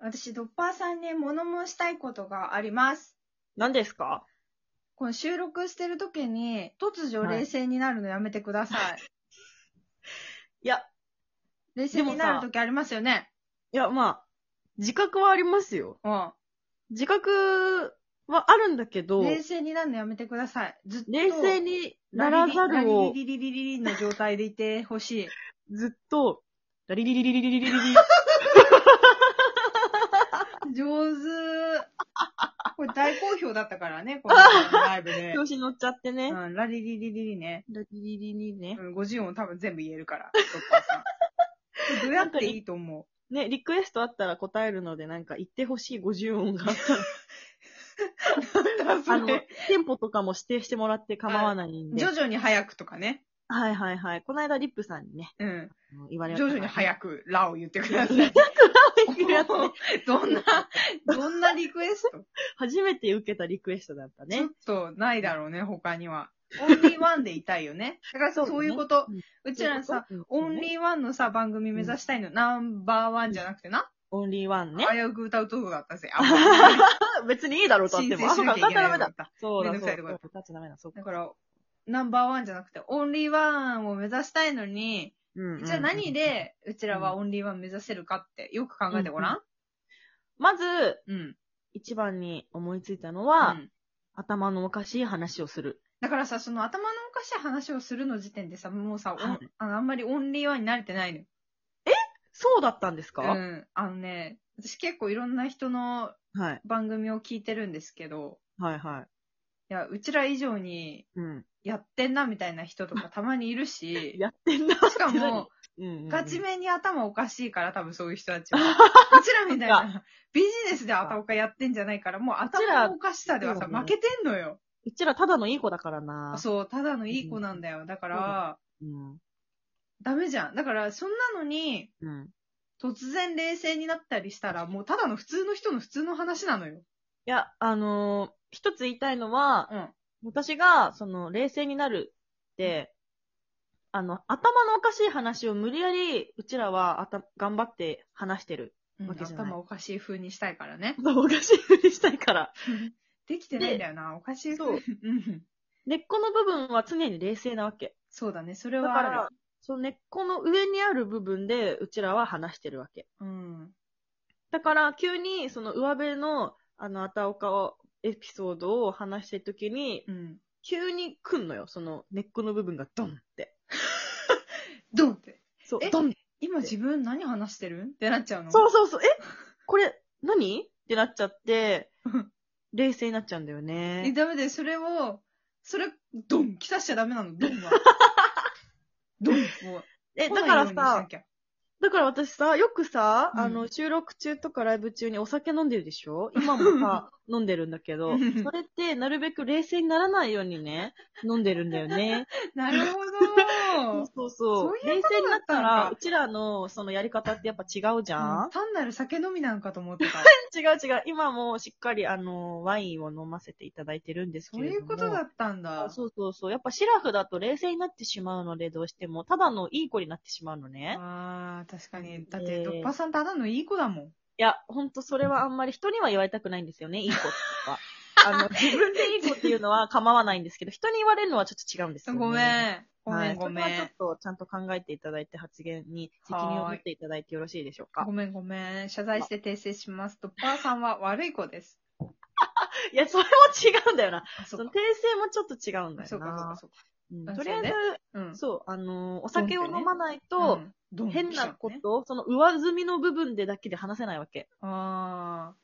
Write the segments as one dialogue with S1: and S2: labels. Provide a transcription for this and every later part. S1: 私、ドッパーさんに物申したいことがあります。
S2: 何ですか
S1: この収録してる時に、突如冷静になるのやめてください。
S2: いや、
S1: 冷静になる時ありますよね。
S2: いや、まあ、自覚はありますよ。
S1: うん。
S2: 自覚はあるんだけど、
S1: 冷静になるのやめてください。ずっと。
S2: 冷静にならざるを、
S1: リリリリリリリの状態でいてほしい。
S2: ずっと、ラリリリリリリリリリリ。
S1: 上手。これ大好評だったからね、このライブで。
S2: 調子乗っちゃってね。
S1: うん、ラリリリリリね。
S2: ラリリリリね
S1: う。ん、50音多分全部言えるから、ドッパーさん。これどうやっていいと思う
S2: ね、リクエストあったら答えるので、なんか言ってほしい50音があった
S1: な
S2: ら、
S1: んだそ
S2: あの、
S1: れ
S2: テンポとかも指定してもらって構わないんで。
S1: 徐々に早くとかね。
S2: はいはいはい。この間リップさんにね、
S1: うん。
S2: あの言われ
S1: 徐々に
S2: い。
S1: 早く、ラを言ってください。どんな、どんなリクエスト
S2: 初めて受けたリクエストだった
S1: ちょ
S2: ね
S1: っ。とないだろうね、他には。オンリーワンでいたいよね。だから
S2: そうだね
S1: そういうこと
S2: うん。
S1: うちらさ、
S2: そういうこと、
S1: オンリーワンのさ、番組目指したいの、ナンバーワンじゃなくてな。
S2: オンリーワンね。
S1: 危うく歌うとこだったぜ。あ、
S2: 別にいいだろ、歌って
S1: 申
S2: も。
S1: 請
S2: あ、
S1: し
S2: そう
S1: な
S2: か、
S1: きゃいけ
S2: 歌っち
S1: ない
S2: ゃダ
S1: よだ
S2: メだ
S1: っ。た。
S2: そうだ、
S1: めん
S2: そ
S1: ど
S2: う
S1: くさいと
S2: だ。
S1: こだった
S2: 歌っちゃダメだ、そうか
S1: だ。から、ナンバーワンじゃなくて、オンリーワンを目指したいのに、
S2: うんうん
S1: じゃあ何で、うちらはオンリーワン目指せるかって、よく考えてごらん。
S2: まず、
S1: うん。
S2: 一番に思いついたの
S1: う
S2: は、
S1: ん
S2: 頭のおかしい話をする。
S1: だからさ、その頭のおかしい話をするの時点でさ、もうさ、おん
S2: はい
S1: あのあんまりオンリーワンに慣れてないのよ。
S2: そうだったんです
S1: う
S2: か、
S1: ん。あのね、私結構いろんな人の
S2: はい。
S1: 番組を聞いてるんですけど、
S2: はいはい
S1: や、うちら以上に
S2: い。うん。
S1: やってんなみたいな人とかたまにいる し、
S2: やってんな。
S1: しかも、
S2: うんうんうん、
S1: ガチめに頭おかしいから多 分そういう人たちは。うちらみたいな、ビジネスで頭おかやってんじゃないから、もう頭のおかしさではさ、
S2: うちら
S1: 負けてんのよ。
S2: うちらただのいい子だからな。
S1: そう、ただのいい子なんだよ。だから、
S2: う。うん。
S1: ダメじゃん。だから、そんなのに、
S2: うん。
S1: 突然冷静になったりしたら、もうただの普通の人の普通の話なのよ。
S2: いや、あのー一つ言いたいのは、
S1: うん。
S2: 私が、その、冷静になるって、あの、頭のおかしい話を無理やり、うちらはあた、頑張って話してる。わけじゃない
S1: 頭おかしい風にしたいからね。
S2: 頭おかしいふりした いから。
S1: できてないんだよな、おかしい風。
S2: そう
S1: うん。
S2: 根っこの部分は常に冷静なわけ。
S1: そうだね、それ
S2: だか
S1: はあ
S2: ら
S1: る。、
S2: その根っこの上にある部分で、うちらは話してるわけ。
S1: うん。
S2: だから、急に、その上辺の、あの、あたおかを、エピソードを話してるときに、
S1: うん。
S2: 急に来んのよ。その根っこの部分がドンって。
S1: どうって。
S2: そう
S1: え、
S2: ドン
S1: 今自分何話してるってなっちゃうの。
S2: そううそうそう。えこれ、何ってなっち ゃって
S1: うん、
S2: 冷静になっちゃうんだよ
S1: え、
S2: ね。
S1: ダメで、それを、それ、ドン、来たしちゃダメなの、ドン は。ドン、もう。
S2: え、
S1: 来
S2: だ
S1: ない
S2: か
S1: よう
S2: ら
S1: にしな
S2: さ、
S1: きゃ、
S2: だから私さ、よくさ、
S1: うん
S2: あの、収録中とかライブ中にお酒飲んでるでしょ今も さ、飲んでるんだけど、
S1: うん
S2: それってなるべく冷静にならないようにね、飲んでるんだよね。
S1: なるほ
S2: そう
S1: ど。
S2: そうそ
S1: そ
S2: う。
S1: ういう
S2: 冷
S1: こと
S2: 静になっ
S1: だ
S2: た
S1: ったん
S2: ら、
S1: だ
S2: うちらのそのやり方ってやっぱ違うじゃん、
S1: うん単なる酒飲みなんかと思って た。
S2: 違う違う。今もしっかりあの、ワインを飲ませていただいてるんです
S1: そ
S2: け
S1: う
S2: れど
S1: い
S2: も。
S1: うことだったんだ。
S2: そうそうそう。やっぱシラフだと冷静になってしまうので、どうしても、ただのいい子になってしまうのね。
S1: ああ、確かに。だっ
S2: え
S1: て、
S2: ー
S1: ドッパさんただのいい子だもん。
S2: いや、ほんとそれはあんまり人には言われたくないんですよね、いい子と か。あの、自分でいい子っていうのは構わないんですけど、人に言われるのはちょっと違うんですよ、ね。
S1: ごめ
S2: はい。
S1: ん。ごめん、ごめ
S2: それはち
S1: ん。
S2: ょっとちゃんと考えていただいて発言に責任を持っていただいてよろしいでしょうか
S1: ご。めん、ごめん。謝罪して訂正します。ドッパーさんは悪い子です。
S2: いや、それも違うんだよな。
S1: あ、
S2: そ
S1: そ
S2: の
S1: う
S2: 訂
S1: か。
S2: 正もちょっと違うんだ
S1: そ
S2: よ
S1: うか、
S2: な。
S1: そうか。
S2: うん
S1: あ
S2: とりあ
S1: そ
S2: え
S1: うね
S2: ず、
S1: うん。
S2: そう、あのーお酒を飲まない
S1: う
S2: と、
S1: ん、ドン
S2: 変なこと、その上積みの部分でだけで話せないわけ。
S1: あ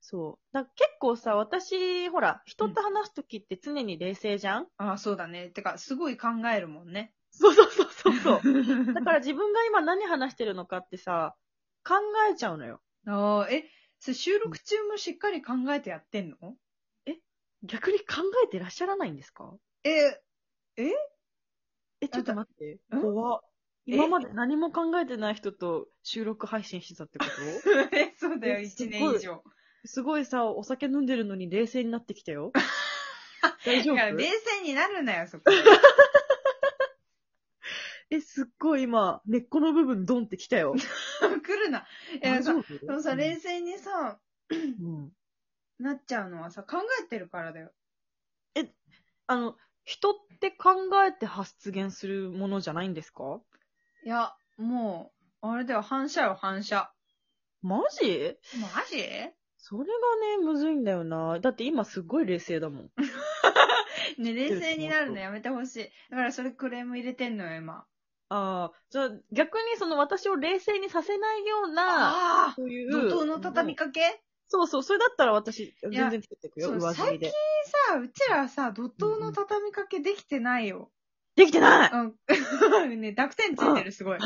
S2: そう。だ結構さ、私、ほら、人と話すときって常に冷静じゃん、
S1: あ。ああ、そうだね。てか、すごい考えるもんね。
S2: そうそうそうそう そう。だ
S1: う。
S2: から自分が今何話してるのかってさ、考えちゃうのよ。
S1: ああ、え、それ収録中もしっかり考えてやってんの
S2: 逆に考えてらっしゃらないんですか
S1: え、
S2: え、ちょっと待って。
S1: ん
S2: 怖っ
S1: え
S2: 今まで何も考えてない人と収録配信してたってこと
S1: そうだよ、
S2: えす
S1: 一
S2: ごい
S1: 年以上。
S2: すごいさ、お酒飲んでるのに冷静になってき たよ。大丈
S1: だ
S2: 夫
S1: から、冷静になるなよ、そこ。
S2: え、すっごい今、根っこの部分ドンってき たよ。
S1: 来るな。えー、
S2: 大丈
S1: さ、
S2: 夫
S1: でもさ、冷静にさ、
S2: うん
S1: なっちゃうのはさ、考えてるからだよ。
S2: あの、人って考えて発言するものじゃないんですか
S1: いや、もう、あれだよ、反射よ、反射。
S2: マジ
S1: マジ
S2: それがね、むずいんだよな。だって今すっごい冷静だもん。
S1: ね、冷静になるのやめてほしい。だからそれクレーム入れてんのよ、今。
S2: ああ、じゃあ逆にその私を冷静にさせないような、
S1: ああ
S2: そうい
S1: ー
S2: う。
S1: 怒涛の畳みかけ、
S2: そうそう、それだったら私、全
S1: や
S2: 然作っていくよ、
S1: そう
S2: 上積みで。
S1: さあ、うちらさ、怒涛の畳みかけできてないよ。
S2: できてない
S1: うん。 ね、濁点ついてる、すごい。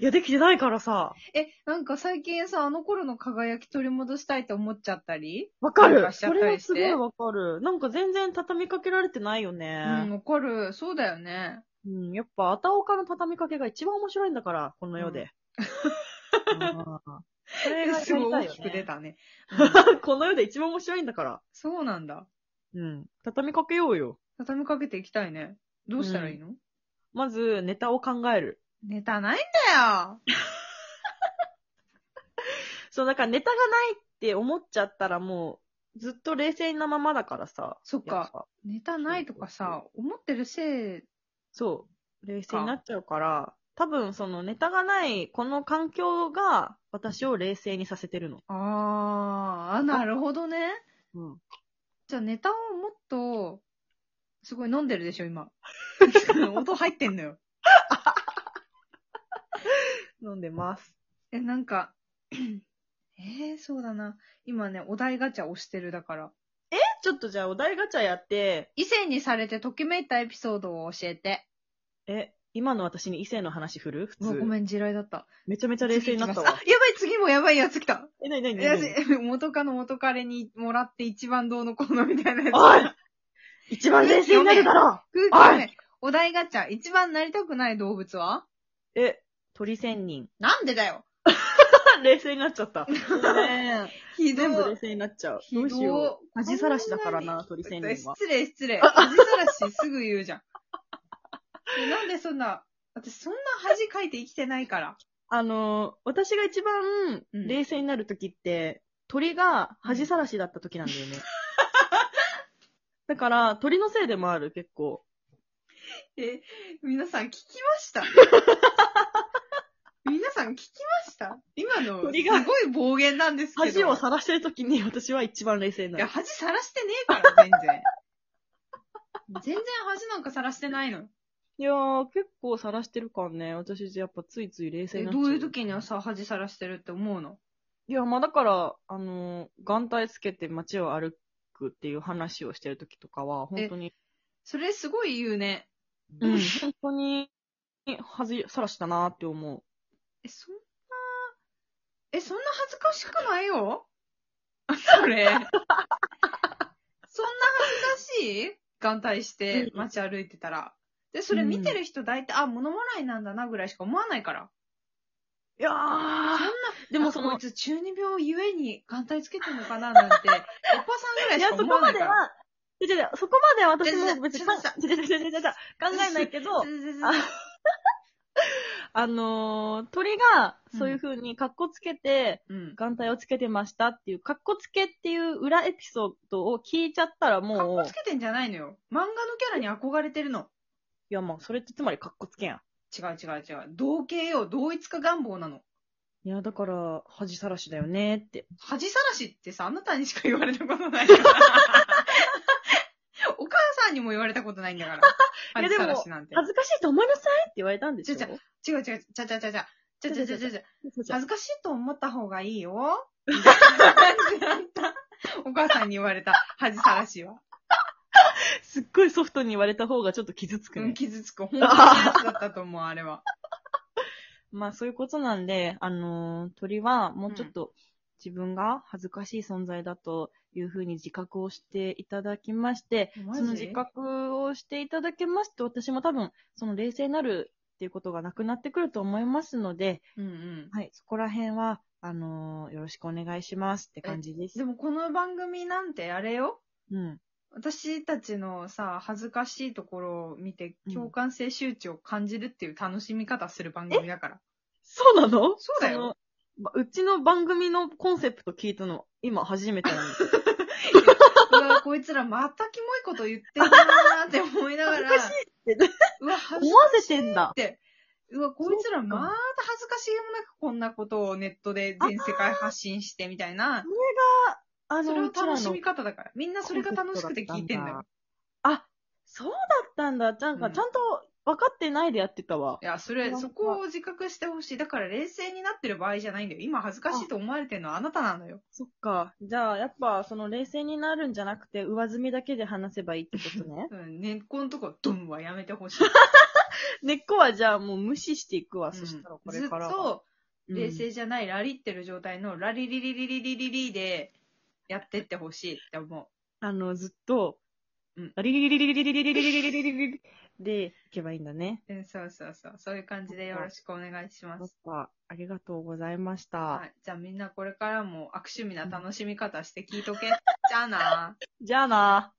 S2: いや、できてないからさ。
S1: え、なんか最近さ、あの頃の輝き取り戻したいと思っちゃったり
S2: わか
S1: なん
S2: る
S1: かしちゃっ
S2: そ
S1: た
S2: れ
S1: り
S2: は
S1: して
S2: すごいわかる。なんか全然畳みかけられてないよ
S1: う
S2: ね
S1: ん、。わかる。そうだよね。
S2: うん、やっぱ、あたおかの畳みかけが一番面白いんだから、この世で。ああそれがや り
S1: すごい
S2: た
S1: 大
S2: いよ
S1: きく出
S2: ね。
S1: たね。
S2: この世で一番面白いんだから。
S1: そうなんだ。
S2: うん。畳みかけようよ。
S1: 畳みかけていきたいね。どうしたらいいの、
S2: まず、ネタを考える。
S1: ネタないんだよ。
S2: そう、だからネタがないって思っちゃったらもう、ずっと冷静なままだからさ。
S1: そっか
S2: やぱ。
S1: ネタないとかさ、思ってるせい、
S2: そう。冷静になっちゃうから、多分そのネタがない、この環境が私を冷静にさせてるの。
S1: あーあ、なるほどね。
S2: うん。
S1: じゃあネタをもっと、すごい飲んでるでしょ、 今。音入ってんのよ。
S2: 飲んでます。
S1: え、なんか、 えー、そうだな。今ね、お題ガチャ押してるだから。
S2: えちょっとじゃあお題ガチャやって、
S1: 異性にされてときめいたエピソードを教えて。
S2: え、今の私に異性の話振る普
S1: うわ
S2: 通。
S1: ごめん、地雷だった。
S2: めちゃめちゃ冷静になった
S1: 次行き
S2: わ
S1: ます。あ、やばい、次もやばいやつ来た。
S2: え、なになに
S1: やつ元カノ元彼にもらって一番どうのこうのみたいなやつ。
S2: おい一番冷静になるだろ
S1: 空気
S2: おい
S1: 読めお題ガチャ、一番なりたくない動物は
S2: え、鳥仙人。
S1: なんでだよ
S2: 冷静になっちゃった。
S1: ひど
S2: 全部冷
S1: い。
S2: 静になっちゃう。
S1: ひ
S2: ど
S1: どいう
S2: しよう。恥さらしだからな、鳥仙人は。
S1: 失礼、失 礼。恥さらしすぐ言うじゃん。でなんでそんな、私そんな恥かいて生きてないから。
S2: あのー、私が一番
S1: うん
S2: 冷静になる時って、鳥が恥さらしだった時なんだよね。だから、鳥のせいでもある、結構。
S1: え、皆さん聞きま した皆さん聞きました今の、す
S2: 鳥が
S1: ごい暴言なんですけど。
S2: 恥をさらしてる時に私は一番冷静にない
S1: や、
S2: る。
S1: 恥さらしてねえから、全然。全然恥なんかさらしてないの。
S2: いやー、結構さらしてるからね。私、やっぱついつい冷静に
S1: え、
S2: なっちゃ
S1: ど
S2: う。
S1: ういう時にはさ、恥さらしてるって思うの
S2: いや、まあだから、あのー、眼帯つけて街を歩くっていう話をしてる時とかは、本当に、
S1: それすごい言うね。
S2: うん、本当に、はず、さらしたなーって思う。
S1: え、そんな、え、そんな恥ずかしくないよ それ。そんな恥ずかしい眼帯して
S2: うん
S1: 街歩いてたら。で、それ見てる人大体、あ、物もらいなんだなぐらいしか思わないから。
S2: いやー、で
S1: で
S2: も
S1: も
S2: そ
S1: そ
S2: の
S1: の、こい、つ中二病ゆえに眼帯つけてんのかな なんて、お子さんぐらい
S2: い
S1: し
S2: や、
S1: か
S2: そ
S1: 思
S2: こ
S1: わな
S2: ま
S1: いか
S2: で
S1: ら。
S2: は、違う違う、そこまでは私も別に、
S1: ちょっとさ
S2: 違う違う違う違う違う考えないけど、あ あのー、鳥が、そういう風に、格好つけて、
S1: うん。
S2: 眼帯をつけてましたっていう、格好つけっていう裏エピソードを聞いちゃったら
S1: かっ
S2: も
S1: こ
S2: う、い
S1: つけてんじゃないのよ。漫画のキャラに憧れてるの。
S2: や、もう、それってつまり格好つけやん。
S1: 違う違う違う。同系よ。同一化願望なの。
S2: いや、だから、恥さらしだよねって。
S1: 恥さらしってさ、あなたにしか言われたことないから。お母さんにも言われたことないんだから。
S2: いや
S1: 恥
S2: でも
S1: さらしなんて。
S2: 恥ずかしいと思いなさいって言われたんでしょ
S1: ちょち違う違う、ちゃちゃちゃちゃちゃ。ちゃちゃちゃちゃちゃ。恥ずかしいと思った方がいいよ。みたいな感じだった。お母さんに言われた恥さらしは。
S2: すっごいソフトに言われた方がちょっと傷つく
S1: うん、
S2: ね。
S1: 傷つく。本当にやつだったと思う、あれは。
S2: まあそういうことなんで、あのー鳥はもうちょっと自分が恥ずかしい存在だというふうに自覚をしていただきまして、
S1: マジ
S2: その自覚をしていただけますと、私も多分、その冷静になるっていうことがなくなってくると思いますので、
S1: うんうん。
S2: はい、そこら辺は、あのーよろしくお願いしますって感じです。
S1: でもこの番組なんてあれよ。
S2: うん。
S1: 私たちのさ、恥ずかしいところを見て
S2: う、ん
S1: 共感性周知を感じるっていう楽しみ方する番組だから。
S2: そうなの
S1: そうだよ。
S2: そのばうちの番組のコンセプト聞いたの、今初めて なの。
S1: うわ、こいつらまたキモいこと言ってんなーって思いな がら。
S2: 恥ずかしいって
S1: うわ、恥ず
S2: 思
S1: か
S2: わ
S1: しい。
S2: せてんだ。
S1: うわ、こいつらまた恥ずかしげもなくこんなことをネットで全世界発信してみたいな。
S2: あ
S1: それ
S2: の、
S1: は
S2: うちら
S1: 楽し
S2: の
S1: み。方だから。みんなそれが楽しくて聞いてんだよ。
S2: あ、そうだったんだ。なんか、
S1: うん
S2: ちゃんと分かってないでやってたわ。
S1: いや、それ
S2: な、んか
S1: そこを自覚してほしい。だから冷静になってる場合じゃないんだよ。今恥ずかしいと思われてるのはあなたなのよ。。
S2: そっか。じゃあ、やっぱ、その、冷静になるんじゃなくて、上積みだけで話せばいいってことね
S1: うん、根っこのとこ、ドンはやめてほしい。
S2: 根っこは、じゃあ、もう無視していくわ。
S1: うん
S2: そしたら、こ
S1: ず
S2: れ
S1: っ
S2: からは。
S1: と、
S2: うん
S1: 冷静じゃない、ラリってる状態の、ラリリリリリリリリで、やってってほしいって思
S2: あの、ずっと、
S1: うん
S2: リリリリリリリリリリリリリリリリで、いけばいいんだね。
S1: う。うん、そうそうそう。そういう感じでよろしくお願いしま
S2: そっ
S1: す。
S2: か。ありがとうございました。
S1: はい。じゃあみんなこれからも悪趣味な楽しみ方して聞いとけ。じゃあな
S2: じゃあな